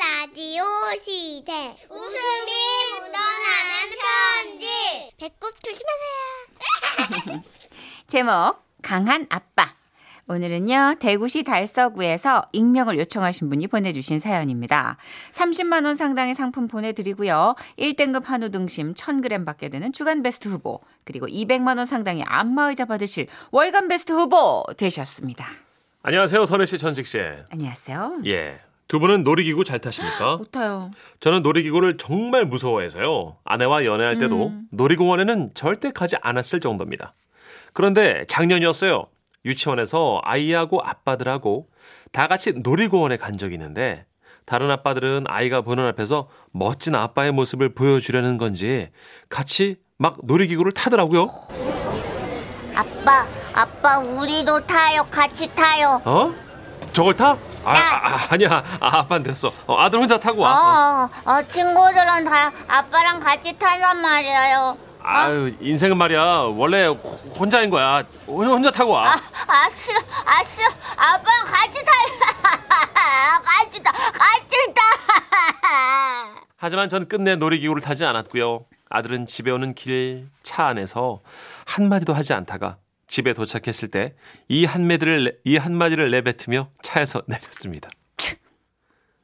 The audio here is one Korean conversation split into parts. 라디오 시대 웃음이 묻어나는 편지 배꼽 조심하세요 제목 강한 아빠. 오늘은요 대구시 달서구에서 익명을 요청하신 분이 보내주신 사연입니다. 30만 원 상당의 상품 보내드리고요. 1등급 한우 등심 1,000g 받게 되는 주간 베스트 후보 그리고 200만 원 상당의 안마의자 받으실 월간 베스트 후보 되셨습니다. 안녕하세요, 선혜 씨, 천식 씨. 안녕하세요. 예. 두 분은 놀이기구 잘 타십니까? 못타요. 저는 놀이기구를 정말 무서워해서요. 아내와 연애할 때도 놀이공원에는 절대 가지 않았을 정도입니다. 그런데 작년이었어요. 유치원에서 아이하고 아빠들하고 다 같이 놀이공원에 간 적이 있는데 다른 아빠들은 아이가 보는 앞에서 멋진 아빠의 모습을 보여주려는 건지 같이 막 놀이기구를 타더라고요. 아빠 아빠 우리도 타요 같이 타요 어? 저걸 타? 아, 아, 아, 니야 아, 아빠는 됐어. 어, 아들 혼자 타고 와. 어. 어, 어 친구들은 다 아빠랑 같이 타란 말이에요 아유 인생은 말이야 원래 호- 혼자인 거야 혼자, 혼자 타고 와 아 싫어 아 싫어 아빠랑 같이 타요 같이 타 같이 타 하지만 전 끝내 놀이기구를 타지 않았고요 아들은 집에 오는 길 차 안에서 한마디도 하지 않다가 집에 도착했을 때 이 한마디를 내- 이 한마디를 내뱉으며 차에서 내렸습니다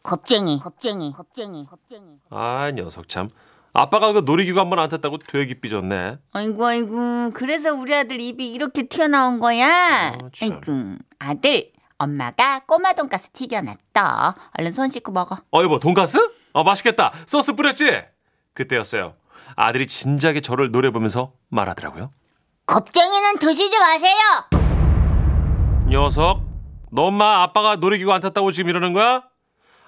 겁쟁이 겁쟁이 겁쟁이 겁쟁이 아 녀석 참 아빠가 그 놀이기구 한 번 안 탔다고 되게 삐졌네 아이고 아이고 그래서 우리 아들 입이 이렇게 튀어나온 거야. 어, 참. 아이고 아들 엄마가 꼬마 돈가스 튀겨놨다. 얼른 손 씻고 먹어. 어 여보 돈가스? 어 맛있겠다 소스 뿌렸지? 그때였어요 아들이 진작에 저를 노려보면서 말하더라고요 겁쟁이는 드시지 마세요 녀석, 너 엄마 아빠가 놀이기구 안 탔다고 지금 이러는 거야?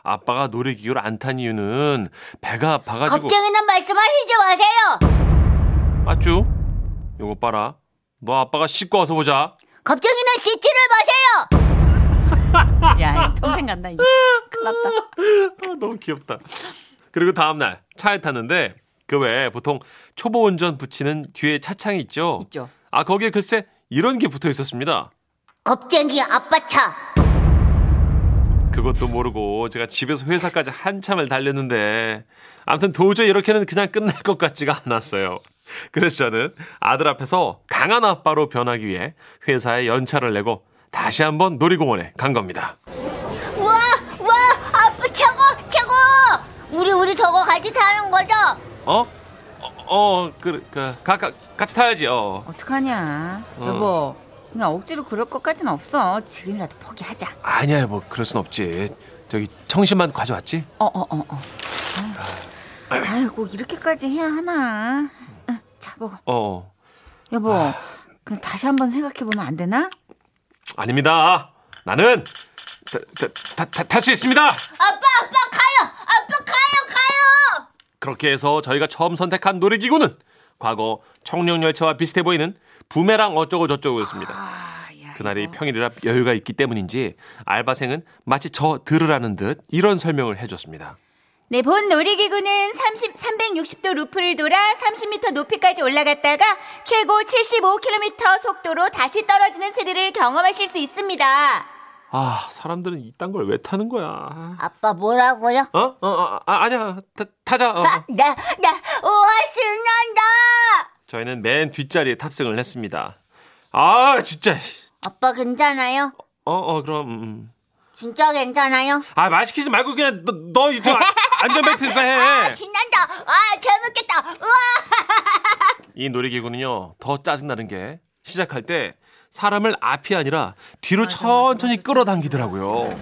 아빠가 놀이기구를 안 탄 이유는 배가 아파가지고 겁쟁이는 말씀하시지 마세요 맞죠? 요거 봐라. 너 아빠가 씻고 와서 보자. 겁쟁이는 씻지를 마세요 야, 평생 간다 이제. 큰일 났다. 아, 너무 귀엽다. 그리고 다음 날 차에 탔는데 그 외에 보통 초보 운전 붙이는 뒤에 차창이 있죠. 있죠. 아 거기에 글쎄 이런 게 붙어 있었습니다. 겁쟁이 아빠 차 그것도 모르고 제가 집에서 회사까지 한참을 달렸는데 아무튼 도저히 이렇게는 그냥 끝날 것 같지가 않았어요. 그래서 저는 아들 앞에서 강한 아빠로 변하기 위해 회사에 연차를 내고 다시 한번 놀이공원에 간 겁니다. 우와 우와 아빠 최고 최고 우리 우리 저거 같이 타는 거죠 어? 어, 어, 그, 그, 가, 가, 같이 타야지, 어. 어떡하냐. 어. 여보. 그냥 억지로 그럴 것까진 없어. 지금이라도 포기하자. 아니야, 뭐, 그럴 순 없지. 저기, 청심만 가져왔지? 어, 어, 어, 어. 아유, 아유, 꼭 이렇게까지 해야 하나. 응, 자, 먹어. 어. 여보. 그냥 다시 한번 생각해 보면 안 되나? 아닙니다. 나는, 탈 수 있습니다! 아빠 아빠 가요 아빠 가요 가요 그렇게 해서 저희가 처음 선택한 놀이기구는 과거 청룡열차와 비슷해 보이는 부메랑 어쩌고저쩌고였습니다. 아, 야. 그날이 이거. 평일이라 여유가 있기 때문인지 알바생은 마치 저 들으라는 듯 이런 설명을 해줬습니다. 네, 본 놀이기구는 30, 360도 루프를 돌아 30m 높이까지 올라갔다가 최고 75km 속도로 다시 떨어지는 스릴을 경험하실 수 있습니다. 아 사람들은 이딴 걸 왜 타는 거야? 아빠 뭐라고요 어? 어? 어, 아, 아니야 타, 타자. 어, 어. 나나 우와 신난다 저희는 맨 뒷자리에 탑승을 했습니다. 아 진짜. 아빠 괜찮아요 어어 그럼. 음. 진짜 괜찮아요 아말 시키지 말고 그냥 너, 너 이쪽 안- 안전벨트에서 해. 아 신난다 아 재밌겠다 우와 이 놀이기구는요 더 짜증나는 게 시작할 때 사람을 앞이 아니라 뒤로 천천히 끌어당기더라고요.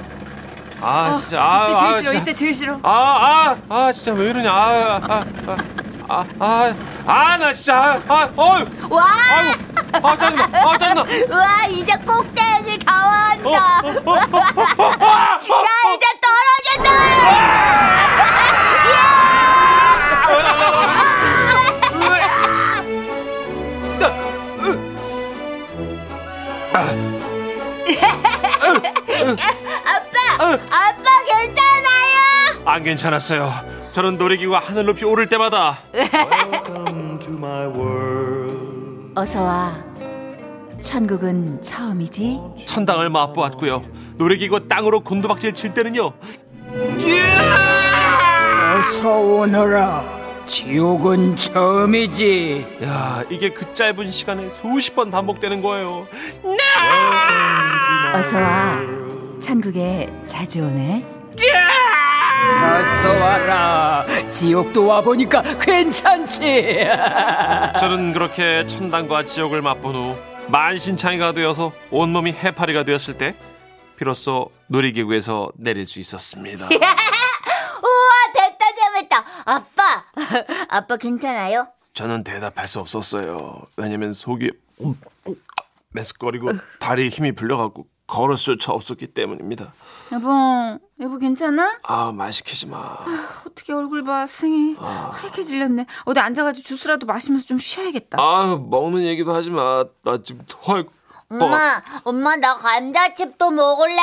아 진짜 이때 아, 그 제일 싫어. 아 진짜 이때 제일 싫어. 아아아 아, 진짜 왜 이러냐 아, 아아아아나 진짜 아 어유 와 아이고 아 짜증나 아 짜증나 우와 이제 꼭대기 다 어, 왔다 어, 어, 어, 어, 어, 어. 야 이제 떨어진다 아빠 괜찮아요 안 괜찮았어요. 저는 놀이기구가 하늘 높이 오를 때마다 어서 와. 천국은 처음이지. 천당을 맛보았고요. 놀이기구 땅으로 곤두박질 칠 때는요. 무서워너라 지옥은 처음이지 야, 이게 그 짧은 시간에 수십 번 반복되는 거예요. 어서 와. 천국에 자주 오네. 어서 와라 지옥도 와보니까 괜찮지 저는 그렇게 천당과 지옥을 맛본 후 만신창이가 되어서 온몸이 해파리가 되었을 때 비로소 놀이기구에서 내릴 수 있었습니다. 우와 됐다 재밌다. 아빠 아빠 괜찮아요? 저는 대답할 수 없었어요. 왜냐면 속이 음, 메스꺼리고 다리에 힘이 불려갖고 걸을 수차 없었기 때문입니다. 여보, 여보 괜찮아? 아, 말 시키지 마. 어떻게 얼굴 봐, 승이 하얗게 질렸네. 어디 앉아가지고 주스라도 마시면서 좀 쉬어야겠다. 아, 먹는 얘기도 하지 마. 나 지금 토할 뻔. 엄마 엄마 나 감자칩도 먹을래.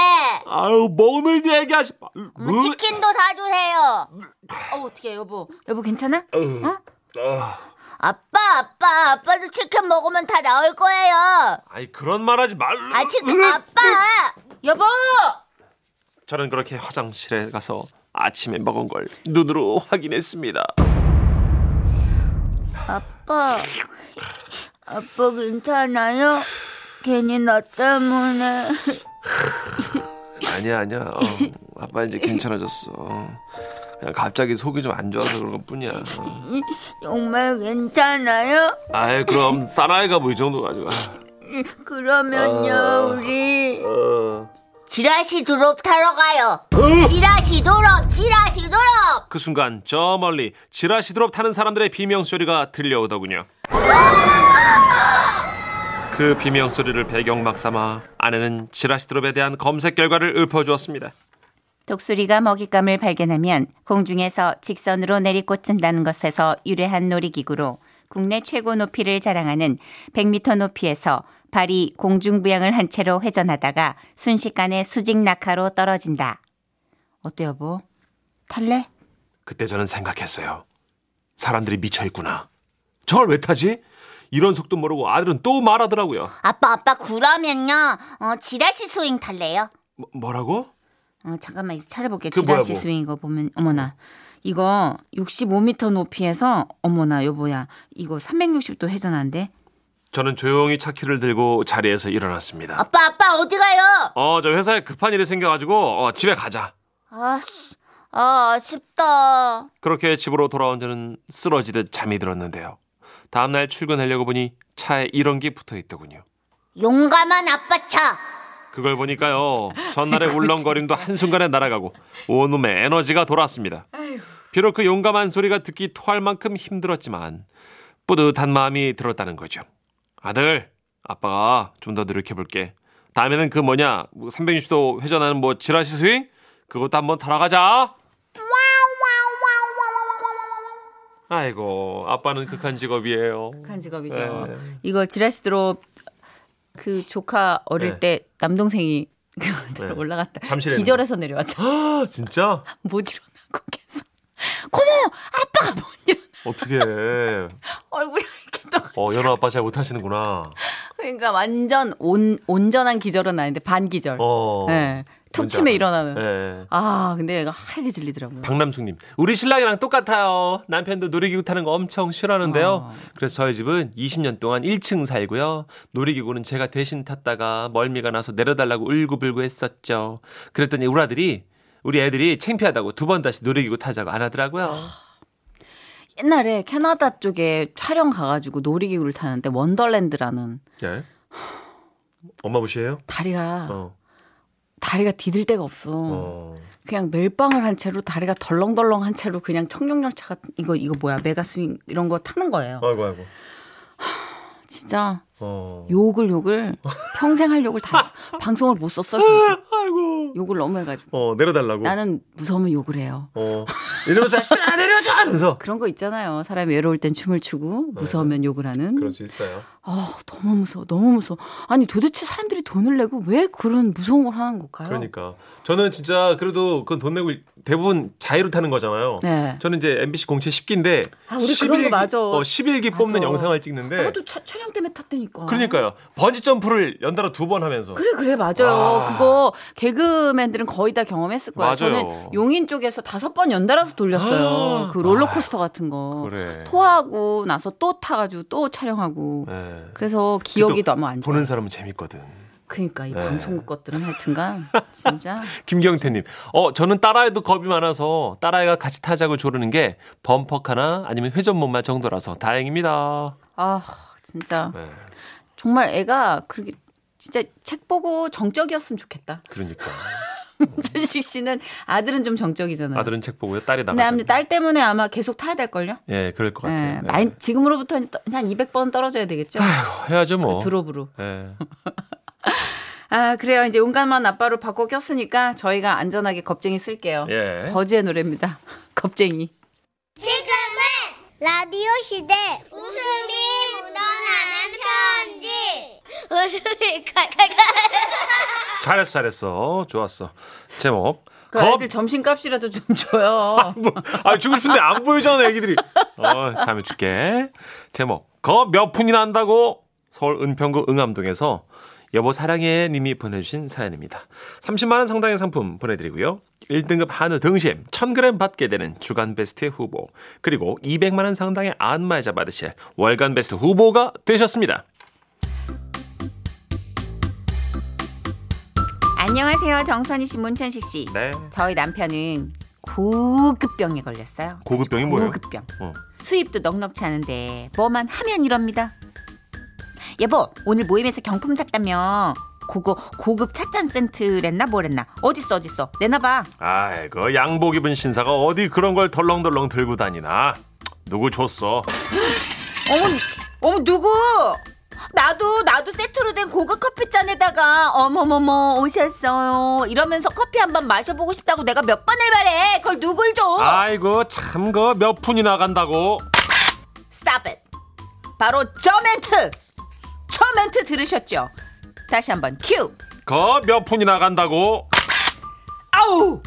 아유, 먹는 얘기하지 마. 뭐, 치킨도 사주세요. 어, 어떻게 여보? 여보 괜찮아? 어? 아, 아빠, 아빠, 아빠도 치킨 먹으면 다 나올 거예요. 아니, 그런 말 하지 말라. 아, 치킨, 아빠! 여보! 저는 그렇게 화장실에 가서 아침에 먹은 걸 눈으로 확인했습니다. 아빠, 아빠 괜찮아요? 괜히 나 때문에. 아니야, 아니야. 어, 아빠 이제 괜찮아졌어. 그냥 갑자기 속이 좀 안 좋아서 그런 것 뿐이야. 어. 정말 괜찮아요? 아이, 그럼 사나이가 뭐 이 정도 가지고. 음, 그러면요, 어. 우리. 어. 지라시 드롭 타러 가요. 지라시 드롭, 지라시 드롭! 그 순간 저 멀리 지라시도록 타는 사람들의 비명 소리가 들려오더군요. 그 비명 소리를 배경막 삼아 아내는 지라시드롭에 대한 검색 결과를 읊어주었습니다. 독수리가 먹잇감을 발견하면 공중에서 직선으로 내리꽂힌다는 것에서 유래한 놀이기구로 국내 최고 높이를 자랑하는 100m 높이에서 발이 공중부양을 한 채로 회전하다가 순식간에 수직 낙하로 떨어진다. 어때 여보? 탈래? 그때 저는 생각했어요. 사람들이 미쳐 있구나. 저걸 왜 타지? 이런 속도 모르고 아들은 또 말하더라고요. 아빠, 아빠, 그러면요, 어, 지라시 스윙 탈래요? 뭐, 라고 어, 잠깐만 이제 찾아볼게. 그 뭐야, 지라시 뭐. 스윙 이거 보면 어머나 이거 65m 높이에서 어머나 여보야 이거 360도 회전한대. 저는 조용히 차키를 들고 자리에서 일어났습니다. 아빠, 아빠, 어디 가요? 어, 저 회사에 급한 일이 생겨가지고 어, 집에 가자. 아씨, 아, 아쉽다. 그렇게 집으로 돌아온 저는 쓰러지듯 잠이 들었는데요. 다음날 출근하려고 보니 차에 이런 게 붙어 있더군요. 용감한 아빠 차. 그걸 보니까요. 전날의 울렁거림도 한순간에 날아가고 온몸에 에너지가 돌았습니다. 비록 그 용감한 소리가 듣기 토할 만큼 힘들었지만 뿌듯한 마음이 들었다는 거죠. 아들, 아빠가 좀 더 노력해볼게. 다음에는 그 뭐냐, 360도 회전하는 뭐 지라시 스윙? 그것도 한번 타러 가자. 아이고, 아빠는 극한 직업이에요. 한 직업이죠. 네. 이거 지라시 드롭 그 조카 어릴 네. 때 남동생이 네. 올라갔다. 잠실에 기절해서 내려왔잖아. 아, 진짜? 못 일어나고 계속. 고모 아빠가 못 일어나. 어떻게 해. 얼굴이 이렇게 떠. 어, 연우 아빠 잘 못하시는구나. 그러니까 완전 온 온전한 기절은 아닌데 반 기절. 어. 예. 툭 뭔지 치면 알아요. 일어나는. 예. 아 근데 얘가 하얗게 질리더라고요. 박남숙님, 우리 신랑이랑 똑같아요. 남편도 놀이기구 타는 거 엄청 싫어하는데요. 그래서 저희 집은 20년 동안 1층 살고요. 놀이기구는 제가 대신 탔다가 멀미가 나서 내려달라고 울고불고 했었죠. 그랬더니 우리 아들이, 우리 애들이 창피하다고 두 번 다시 놀이기구 타자고 안 하더라고요. 옛날에 캐나다 쪽에 촬영 가가지고 놀이기구를 타는데 원더랜드라는 예. 엄마 무시해요? 다리가 어. 다리가 디딜 데가 없어. 어. 그냥 멜빵을 한 채로 다리가 덜렁덜렁 한 채로 그냥 청룡열차 같은 이거 이거 뭐야 메가스윙 이런 거 타는 거예요. 아이고, 아이고. 진짜 어. 욕을 욕을 평생 할 욕을 다 했어. 방송을 못 썼어요. 그래서. 아이고. 욕을 너무 해가지고 어, 내려달라고. 나는 무서우면 욕을 해요. 어. 이러면서 아 내려줘! 하면서. 그런 거 있잖아요. 사람이 외로울 땐 춤을 추고 무서우면 욕을 하는. 네. 그럴 수 있어요. 아 너무 무서워, 너무 무서워. 아니 도대체 사람들이 돈을 내고 왜 그런 무서운 걸 하는 걸까요? 그러니까 저는 진짜 그래도 그건 돈 내고 대부분 자유로 타는 거잖아요. 네. 저는 이제 MBC 공채 10기인데 아, 우리 그런 거 맞아. 어, 11기 뽑는 맞아. 영상을 찍는데 나도 차- 촬영 때문에 탔다니까. 네. 그러니까요. 번지 점프를 연달아 두 번 하면서 그래 그래 맞아요. 와. 그거 개그맨들은 거의 다 경험했을 거예요. 맞아요. 저는 용인 쪽에서 다섯 번 연달아서 가서 돌렸어요. 아. 그 롤러코스터 같은 거. 그래. 토하고 나서 또 타가지고 또 촬영하고. 네. 그래서 기억이 또 너무 안 좋아. 보는 사람은 재밌거든. 그러니까 이 네. 방송국 것들은 하여튼간 진짜 김경태님, 어 저는 딸아이도 겁이 많아서 딸아이가 같이 타자고 조르는 게 범퍼 하나 아니면 회전목마 정도라서 다행입니다. 아 진짜 네, 정말 애가 그렇게 진짜 책 보고 정적이었으면 좋겠다. 그러니까 전식 씨는 아들은 좀 정적이잖아요. 아들은 책 보고요, 딸이 근데 나가. 네. 아무튼 딸 때문에 아마 계속 타야 될 걸요. 예, 그럴 것 같아요. 예, 네. 많이- 지금으로부터 한 200번 떨어져야 되겠죠. 해야죠 뭐. 드롭으로. 예. 아 그래요. 이제 용감한 아빠로 바꿔 꼈으니까 저희가 안전하게 겁쟁이 쓸게요. 예. 버즈의 노래입니다. 겁쟁이. 지금은 라디오 시대 웃음이 묻어나는 편지 웃음이 칼칼칼 잘했어, 잘했어. 좋았어. 제목. 그 겁. 아이들 점심값이라도 좀 줘요. 뭐, 아, 주고 싶은데 안 보여잖아, 애기들이. 어, 다음에 줄게. 제목. 거 몇 푼이 난다고? 서울 은평구 응암동에서 여보 사랑해 님이 보내주신 사연입니다. 30만원 상당의 상품 보내드리고요. 1등급 한우 등심 1000g 받게 되는 주간 베스트 후보. 그리고 200만원 상당의 안마의자 받으실 월간 베스트 후보가 되셨습니다. 안녕하세요. 정선희 씨, 문천식 씨. 네. 저희 남편은 고급병에 걸렸어요. 고급병이 뭐예요? 고급병. 어. 수입도 넉넉치 않은데 뭐만 하면 이럽니다. 여보, 오늘 모임에서 경품 탔다며. 그거 고급 찻잔 센트랬나 뭐랬나. 어딨어 어딨어. 내놔봐. 아이고 양복 입은 신사가 어디 그런 걸 덜렁덜렁 들고 다니나. 누구 줬어? 어머, 어머 누구? 나도 나도 세트로 된 고급 커피잔에다가 어머머머 오셨어요 이러면서 커피 한 번 마셔보고 싶다고 내가 몇 번을 말해 그걸 누굴 줘 아이고 참 거 몇 푼이 나간다고 Stop it 바로 저 멘트 저 멘트 들으셨죠 다시 한번 큐 거 몇 푼이 나간다고 아우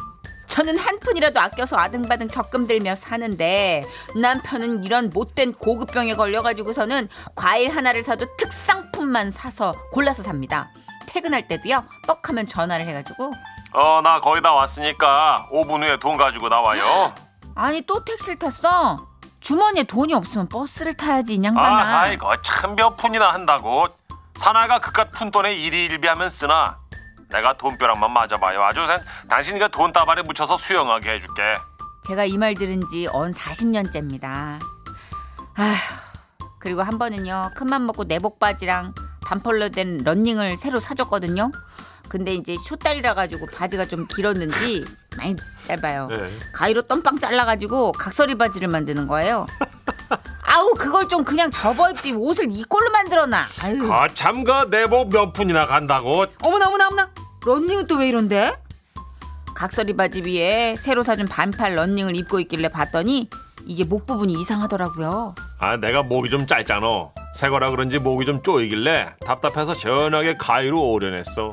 저는 한 푼이라도 아껴서 아등바등 적금 들며 사는데 남편은 이런 못된 고급병에 걸려가지고서는 과일 하나를 사도 특상품만 사서 골라서 삽니다. 퇴근할 때도요 뻑하면 전화를 해가지고 어 나 거의 다 왔으니까 5분 후에 돈 가지고 나와요 아니 또 택시를 탔어? 주머니에 돈이 없으면 버스를 타야지 이 양반아. 아 아이고 참 몇 푼이나 한다고 사나이가 그깟 푼돈에 일희일비하면 쓰나 내가 돈벼락만 맞아봐요 아주 생- 당신이가 그 돈 따발에 묻혀서 수영하게 해줄게 제가 이 말 들은 지 언 40년째입니다. 아휴, 그리고 한 번은요. 큰맘 먹고 내복 바지랑 반팔로 된 런닝을 새로 사줬거든요. 근데 이제 쇼다리라 가지고 바지가 좀 길었는지 많이 짧아요. 가위로 덤빵 잘라가지고 각설이 바지를 만드는 거예요. 아우 그걸 좀 그냥 접어 입지 옷을 이꼴로 만들어놔. 아유. 거참거 내복 몇 푼이나 간다고 어머나 어머나 어머나 런닝은 또 왜 이런데? 각설이 바지 위에 새로 사준 반팔 런닝을 입고 있길래 봤더니 이게 목 부분이 이상하더라고요. 아 내가 목이 좀 짧잖아 새거라 그런지 목이 좀 쪼이길래 답답해서 시원하게 가위로 오려냈어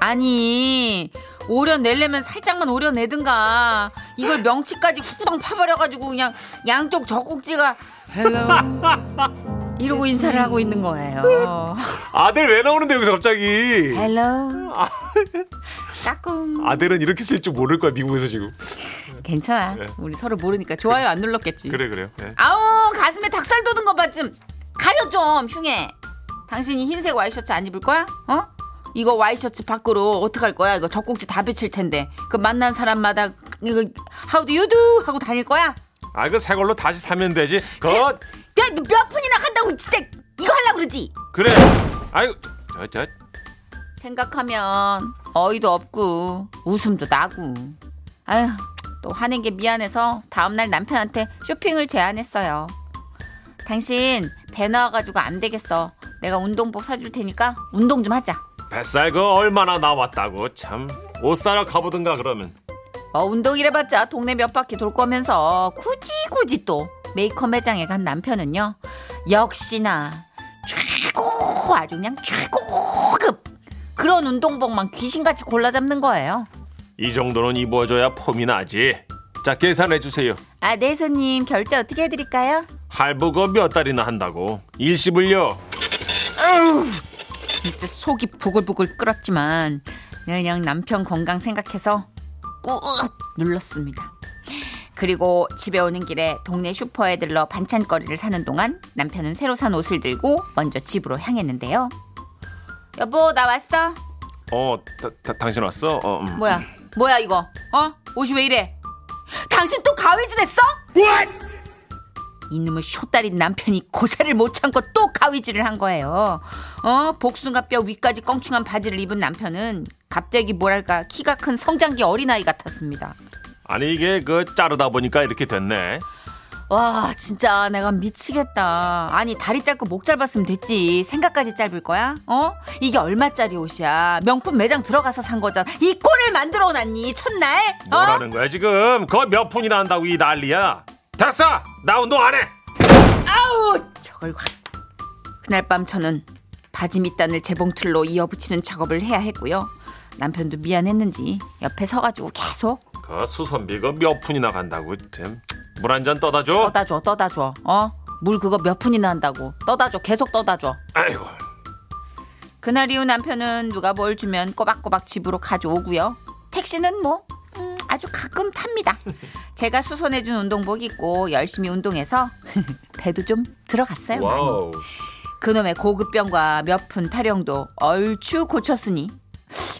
아니 오려내려면 살짝만 오려내든가 이걸 명치까지 후구덩 파버려가지고 그냥 양쪽 젖꼭지가 헬로 이러고 인사를 하고 있는 거예요. 아들 왜 나오는데 여기서 갑자기 헬로 까꿍 아델은 이렇게 쓸 줄 모를 거야 미국에서 지금 괜찮아 네. 우리 서로 모르니까 좋아요 안 눌렀겠지. 그래 그래요 예. 아우 가슴에 닭살 돋은 거 봐 좀 가려 좀 흉해 당신이 흰색 와이셔츠 안 입을 거야? 어? 이거 와이셔츠 밖으로 어떡할 거야 이거 젖꼭지 다 비칠 텐데 그 만난 사람마다 이거 how do you do 하고 다닐 거야? 아, 그 새 걸로 다시 사면 되지. 그 야너몇 푼이나 한다고 진짜 이거 하려고 그러지? 그래. 아이고. 저, 저. 생각하면 어이도 없고 웃음도 나고 아휴 또 화낸 게 미안해서 다음날 남편한테 쇼핑을 제안했어요 당신 배 나와가지고 안 되겠어 내가 운동복 사줄 테니까 운동 좀 하자 뱃살 그 얼마나 나왔다고 참. 옷 사러 가보든가 그러면. 어 운동이래봤자 동네 몇 바퀴 돌 거면서 굳이 굳이 또 메이크업 매장에 간 남편은요 역시나 최고 아주 그냥 최고급 그런 운동복만 귀신같이 골라 잡는 거예요 이 정도는 입어줘야 폼이 나지. 자 계산해 주세요. 아, 네, 손님. 결제 어떻게 해드릴까요? 할부가 그 몇 달이나 한다고. 일시불요. 진짜 속이 부글부글 끓었지만 그냥 남편 건강 생각해서 꾹 눌렀습니다. 그리고 집에 오는 길에 동네 슈퍼에 들러 반찬거리를 사는 동안 남편은 새로 산 옷을 들고 먼저 집으로 향했는데요. 여보 나 왔어. 어, 다, 다- 당신 왔어? 어, 음. 뭐야? 뭐야 이거? 어? 옷이 왜 이래? 당신 또 가위질했어? 이놈의 쇼다리 남편이 고세를 못 참고 또 가위질을 한 거예요. 어? 복숭아뼈 위까지 껑충한 바지를 입은 남편은 갑자기 뭐랄까 키가 큰 성장기 어린아이 같았습니다. 아니 이게 그 자르다 보니까 이렇게 됐네. 와 진짜 내가 미치겠다. 아니 다리 짧고 목 짧았으면 됐지. 생각까지 짧을 거야? 어? 이게 얼마짜리 옷이야? 명품 매장 들어가서 산 거잖아. 이 꼴을 만들어 놨니 첫날? 어? 뭐라는 거야 지금? 거 몇 푼이 난다고 이 난리야? 됐어. 나 운동 안 해. 아우 저걸 확. 그날 밤 저는 바지 밑단을 재봉틀로 이어붙이는 작업을 해야 했고요. 남편도 미안했는지 옆에 서가지고 계속 그 수선비가 몇 푼이나 간다고 참. 물 한 잔 떠다 줘. 떠다 줘, 떠다 줘. 어? 물 그거 몇 푼이나 한다고. 떠다 줘, 계속 떠다 줘. 아이고. 그날 이후 남편은 누가 뭘 주면 꼬박꼬박 집으로 가져오고요. 택시는 뭐 음, 아주 가끔 탑니다. 제가 수선해준 운동복 입고 열심히 운동해서 배도 좀 들어갔어요. 많이. 와우. 그놈의 고급병과 몇 푼 타령도 얼추 고쳤으니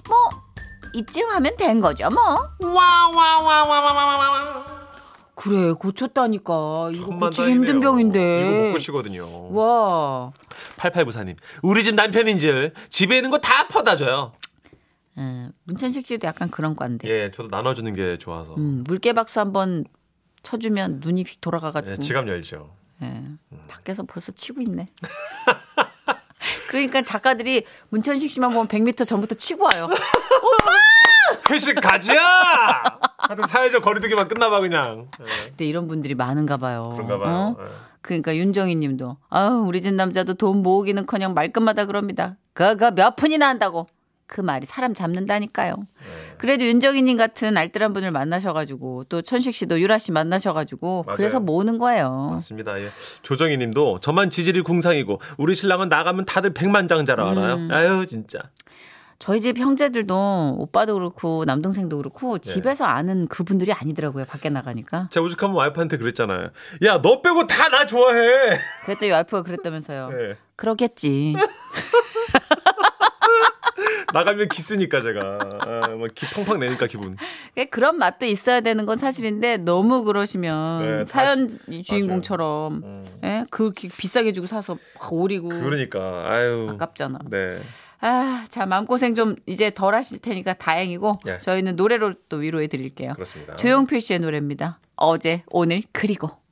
뭐 이쯤 하면 된 거죠 뭐 와와와와와와와. 그래 고쳤다니까 이거 못 고치거든요. 와 8894님. 우리 집 남편인질 집에 있는 거 다 퍼다 줘요. 음, 문천식 씨도 약간 그런 건데 예, 저도 나눠 주는 게 좋아서. 음, 물개박수 한번 쳐주면 눈이 휙 예, 돌아가가지고 지갑 열죠. 예. 밖에서 벌써 치고 있네 그러니까 작가들이 문천식 씨만 보면 100m 전부터 치고 와요 회식 가지야. 하여튼 사회적 거리두기만 끝나봐 그냥. 예, 근데 이런 분들이 많은가 봐요 그런가 어? 봐요. 예. 그러니까 윤정희 님도 아 우리 집 남자도 돈 모으기는 커녕 말끝마다 그럽니다. 그거 몇 푼이나 한다고. 그 말이 사람 잡는다니까요. 네. 그래도 윤정희 님 같은 알뜰한 분을 만나셔가지고 또 천식 씨도 유라 씨 만나셔가지고 맞아요. 그래서 모으는 거예요. 맞습니다. 예. 조정희 님도 저만 지질이 궁상이고 우리 신랑은 나가면 다들 백만장자라 알아요. 아유 진짜. 저희 집 형제들도 오빠도 그렇고 남동생도 네. 그렇고 집에서 아는 그분들이 아니더라고요. 밖에 나가니까. 제가 오죽하면 와이프한테 그랬잖아요. 야 너 빼고 다 나 좋아해. 그랬더니 와이프가 그랬다면서요. 예. 그러겠지. 나가면 기스니까 제가 아, 막 기, 펑펑 내니까 기분. 그런 맛도 있어야 되는 건 사실인데 너무 그러시면 네, 사연 다시- 음. 주인공처럼 예? 그 기- 비싸게 주고 사서 막 오리고 그러니까 아유. 음. 아깝잖아. 네. 아, 자 마음고생 좀 이제 덜 하실 테니까 다행이고 예. 저희는 노래로 또 위로해 드릴게요. 그렇습니다. 조용필 씨의 노래입니다. 어제, 오늘 그리고